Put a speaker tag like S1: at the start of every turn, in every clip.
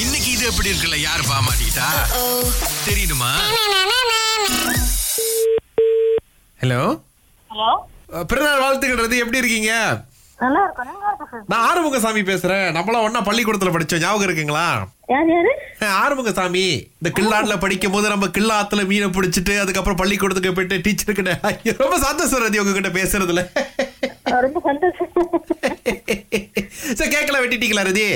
S1: இன்னைக்கு இது எப்படி இருக்குல்ல யார் பாமாட்டா தெரியுமா ஹலோ
S2: ஹலோ
S1: அஹ், பிறநாள் வாழ்த்துக்கிறது எப்படி இருக்கீங்க
S2: நல்லா இருக்கும் நீங்க யாரு பேசுறது
S1: நான் ஆறுமுகசாமி பேசுறேன் நம்மளாம் ஒண்ணா பள்ளிக்கூடத்துல படிச்சோம் ஞாபகம் இருக்குங்களா
S2: யார் யாரு
S1: அஹ், ஆறுமுகசாமி இந்த கில்லாட்ல படிக்கும் போது நம்ம கில்லாத்துல மீனை பிடிச்சிட்டு அதுக்கப்புறம் பள்ளிக்கூடத்துக்கு போயிட்டு டீச்சர்கிட்ட ஐயோ, ரொம்ப சந்தோஷம் ரதி உங்ககிட்ட பேசுறதுல
S2: அஹ் ரொம்ப சந்தோஷம்
S1: சரி கேட்கலாம் வெட்டிட்டீங்களா ரதி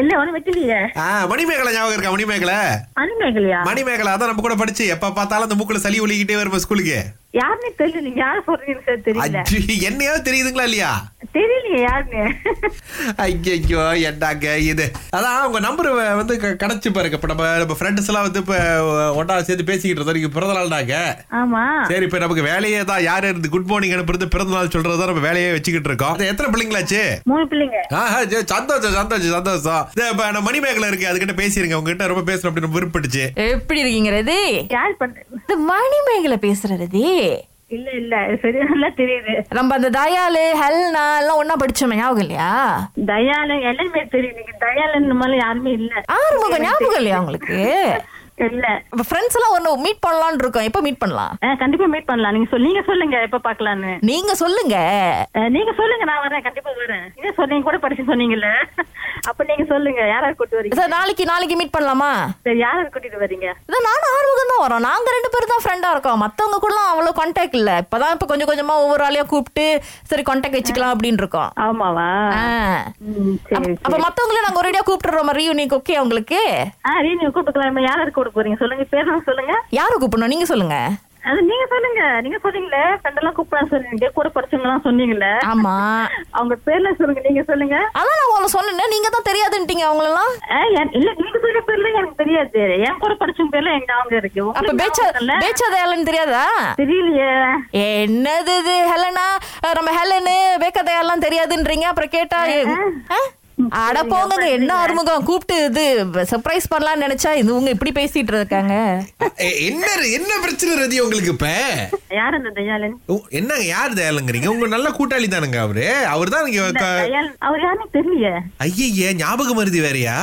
S2: இல்ல ஒண்ணு வெட்டிலீங்க
S1: ஆ, மணிமேகலை ஞாபகம் இருக்கா மணிமேகலை
S2: அனுமேகலையா
S1: மணிமேகலை அதான் நம்ம கூட படிச்சு எப்ப பார்த்தாலும் அந்த மூக்குல சளி ஒழிக்கிட்டே வருவோம் ஸ்கூலுக்கு
S2: யாருன்னு தெரியல நீங்க யார் சொல்றீங்கன்னு சார் தெரியல
S1: அஜி, என்னையாவது தெரியுதுங்களா இல்லையா
S2: தெரியலையே யாருன்னு
S1: ஐயோ என்னங்க இது அதான் உங்க நம்பர் வந்து க- கிடைச்சு பாருங்க இப்ப நம்ம நம்ம ஃப்ரெண்ட்ஸ் எல்லாம் வந்து இப்ப ஒன்றா சேர்ந்து பேசிக்கிட்டு இருந்தோம் நீங்க பிறந்த நாள்னாங்க
S2: ஆமா
S1: சரி இப்ப நமக்கு வேலையே தான் யார் இருந்து குட் மார்னிங் அனுப்புறது பிறந்த நாள் சொல்றதா நம்ம வேலையே வச்சுக்கிட்டு இருக்கோம் இது எத்தனை பிள்ளைங்களாச்சு
S2: மூணு பிள்ளைங்க
S1: ஆஹா, சரி, சந்தோஷம் சந்தோஷம் சந்தோஷம் இது இப்ப நம்ம மணிமேகலை இருக்கு அதுகிட்ட பேசிருங்க உங்ககிட்ட ரொம்ப பேசணும் அப்படின்னு விருப்பட்டுச்சு
S3: எப்படி இருக்கீங்க ரதி
S2: யார் பண்றது
S3: இந்த மணிமேகலை பேசுற ரதி
S2: இல்ல இல்ல சரியா நல்லா தெரியுது
S3: நம்ம அந்த தயாலு ஹெல்னா எல்லாம் ஒண்ணா படிச்சோமே ஞாபகம் இல்லையா
S2: தயால எல்லாமே தெரியும் நீங்க தயாலன்னு மேல யாருமே இல்ல
S3: ஆறுமுகம் ஞாபகம் இல்லையா உங்களுக்கு
S2: இல்ல
S3: ஃப்ரெண்ட்ஸ் எல்லாம் ஒண்ணு மீட் பண்ணலாம்னு இருக்கோம் எப்ப மீட் பண்ணலாம்
S2: அஹ் கண்டிப்பா மீட் பண்ணலாம் நீங்க சொல்லு- நீங்க சொல்லுங்க எப்ப பாக்கலான்னு
S3: நீங்க சொல்லுங்க
S2: நீங்க சொல்லுங்க நான் வரேன் கண்டிப்பா வரேன் நீங்க சொன்னீங்க கூட படிச்சு சொன்னீங்கல்ல அப்ப நீங்க சொல்லுங்க யார் யார் கூட்டு வரீங்க
S3: சார் நாளைக்கு நாளைக்கு மீட் பண்ணலாமா
S2: சரி, யார் யார் கூட்டிட்டு வரீங்க
S3: இதான் நானும் ஆறுமுகம் தான் வரோம் நாங்க ரெண்டு பேரும் தான் ஃப்ரெண்டா இருக்கோம் மத்தவங்க கூட அவ்வளோ கான்டாக்ட் இல்ல இப்பதான் இப்ப கொஞ்சம் கொஞ்சமா ஒவ்வொரு ஆளையும் கூப்பிட்டு சரி கான்டாக்ட் வச்சுக்கலாம் அப்படின்னு இருக்கோம்
S2: ஆமாவா
S3: ஆ.
S2: ம், சரி
S3: அப்ப- அப்ப மத்தவங்களும் நாங்க ஒரேடியா கூப்பிட்டுறோம் ரீயூனிக்கு ஓகே உங்களுக்கு
S2: ஆ நீங்க கூப்பிட்டுக்கலாம் யார் யார் கூட போறீங்க சொல்லுங்க பேர் எல்லாம் சொல்லுங்க
S3: யாரை கூப்பிடணும் நீங்க சொல்லுங்க
S2: அது நீங்க சொல்லுங்க நீங்க சொன்னீங்களே ஃப்ரெண்ட் எல்லாம் கூப்பிடலாம் சொன்னீங்க கூட படிச்சவங்க எல்லாம் சொன்னீங்கல்ல
S3: ஆமா
S2: அவங்க பேர்ல சொல்லுங்க நீங்க சொல்லுங்க
S3: அதான் நான் உங்களை சொன்னேன் நீங்க தான் தெரியாதுன்ட்டீங்க அவங்களெல்லாம்
S2: ஆ, என்- இல்ல நீங்க சொல்ற பேர்ல எனக்கு தெரியாது என் கூட படிச்சவங்க பேர்ல எங்க அவங்க இருக்கு
S3: அப்ப
S2: உங்களுக்கு
S3: பேச்சா
S2: ஞாபகம் இருக்குல்ல?
S3: பேச்சாதயாலன்னு தெரியாதா
S2: தெரியலையே
S3: என்னது இது ஹெலனா அஹ் நம்ம ஹெலனு பேக்கதையெல்லாம் தெரியாதுன்றீங்க அப்புறம் கேட்டா ஏ, ஆ? அட போங்க என்ன ஆறுமுகம் கூப்பிட்டு இது சர்ப்ரைஸ் பண்ணலாம்னு நினைச்சா இது உங்க இப்படி பேசிட்டு இருக்காங்க
S1: எ- என்ன என்ன பிரச்சனை ரதி உங்களுக்கு இப்ப
S2: யார் அந்த தயாளன்
S1: ஓ, என்னங்க யார் தயாலுங்கிறீங்க உங்க நல்ல கூட்டாளி தானுங்க அவரு அவர் தான்
S2: தயாளன் அவர் யாருன்னு தெரியலையே
S1: ஐயய்ய ஞாபகம் மருதி வேறயா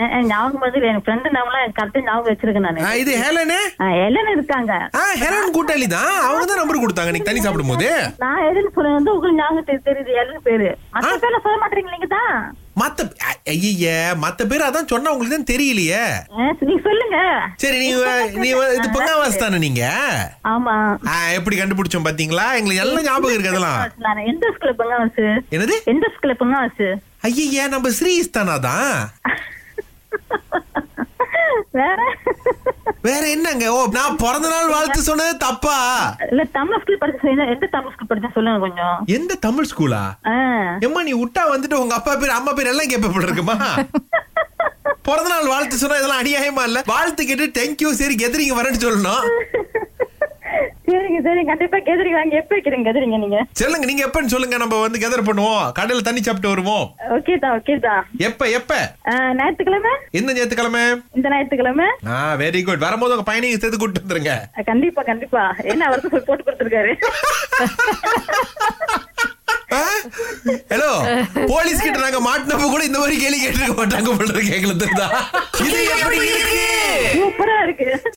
S2: ஏன், ஏன் ஞாபகம் வருது என் ஃப்ரெண்டு நாமெல்லாம் கரெக்டா ஞாபகம் வச்சிருக்கேன்
S1: ஆ,
S2: நானு
S1: இது ஹேலனு
S2: ஆ, எல்லாரும் இருக்காங்க
S1: ஆ ஹேலன் கூட்டாளி தான் அவங்க தான் நம்பர் கொடுத்தாங்க நீங்க தண்ணி சாப்பிடும் போது
S2: நான் எதுன்னு சொல்றது வந்து உங்களுக்கு ஞாபகம் தெரி- தெரியுது எல்லாரும் பேரு மத்த பேர்ல சொல்ல மாட்டீங்க நீங்க தான்
S1: மத்த அ- ஐயய்ய மத்த பேர் அதான் சொன்னா உங்களுக்கு தான் தெரியலையே
S2: நீங்க சொல்லுங்க
S1: சரி நீ வ- நீ வ- இது பொங்காவாஸ் தானே நீங்க
S2: ஆமா
S1: ஆ, எப்படி கண்டுபிடிச்சோம் பாத்தீங்களா எங்களுக்கு எல்லாம் ஞாபகம் இருக்கு அதெல்லாம்
S2: நான் எந்த ஸ்கூல்ல பங்காசு
S1: என்னது
S2: எந்த ஸ்கூல்ல பங்காசு
S1: ஐயய்ய நம்ம ஸ்ரீஸ் தானாதான்
S2: வேற
S1: வேற என்னங்க ஓ நான் பிறந்த நாள் வாழ்த்து சொன்னது தப்பா
S2: இல்ல தமிழ் ஸ்கூல் படிச்ச என்ன- எந்த தமிழ் ஸ்கூல் படிச்ச சொல்லுங்க கொஞ்சம்
S1: எந்த தமிழ் ஸ்கூலா
S2: ஆ.
S1: எம்மா நீ விட்டா வந்துட்டு உங்க அப்பா பேர் அம்மா பேர் எல்லாம் கேட்ப போல இருக்குமா பிறந்த நாள் வாழ்த்து சொன்னா இதெல்லாம் அநியாயமா இல்ல வாழ்த்து கேட்டு தேங்க்யூ சரி கெதரிங்க வரேன்னு சொல்லணும்
S2: சரிங்க சரிங்க கண்டிப்பா கேதுறீங்க வாங்க எப்ப வைக்கிறீங்க கேதுறீங்க நீங்க
S1: சொல்லுங்க நீங்க எப்பன்னு சொல்லுங்க நம்ம வந்து கெதர் பண்ணுவோம் கடையில தண்ணி சாப்பிட்டு வருவோம்
S2: ஓகே தான் ஓகே தான்
S1: எப்ப எப்ப
S2: ஆ, ஞாயிற்றுக்கிழமை
S1: எந்த ஞாயிற்றுக்கிழமை
S2: இந்த ஞாயிற்றுக்கிழமை
S1: ஆ வெரி குட் வரும்போது உங்க பையனையும் சேர்த்து கூட்டு வந்துருங்க
S2: ஆ, கண்டிப்பா கண்டிப்பா என்ன அவருக்கு சொல்லி போட்டு கொடுத்துருக்காரு
S1: ஹலோ போலீஸ் கிட்ட நாங்க மாட்டினப்ப கூட இந்த மாதிரி கேள்வி கேட்டிருக்க மாட்டாங்க போல இருக்கு எங்களுக்கு தெரியுதா? இது எப்படி இருக்கு
S2: சூப்பரா இருக்கு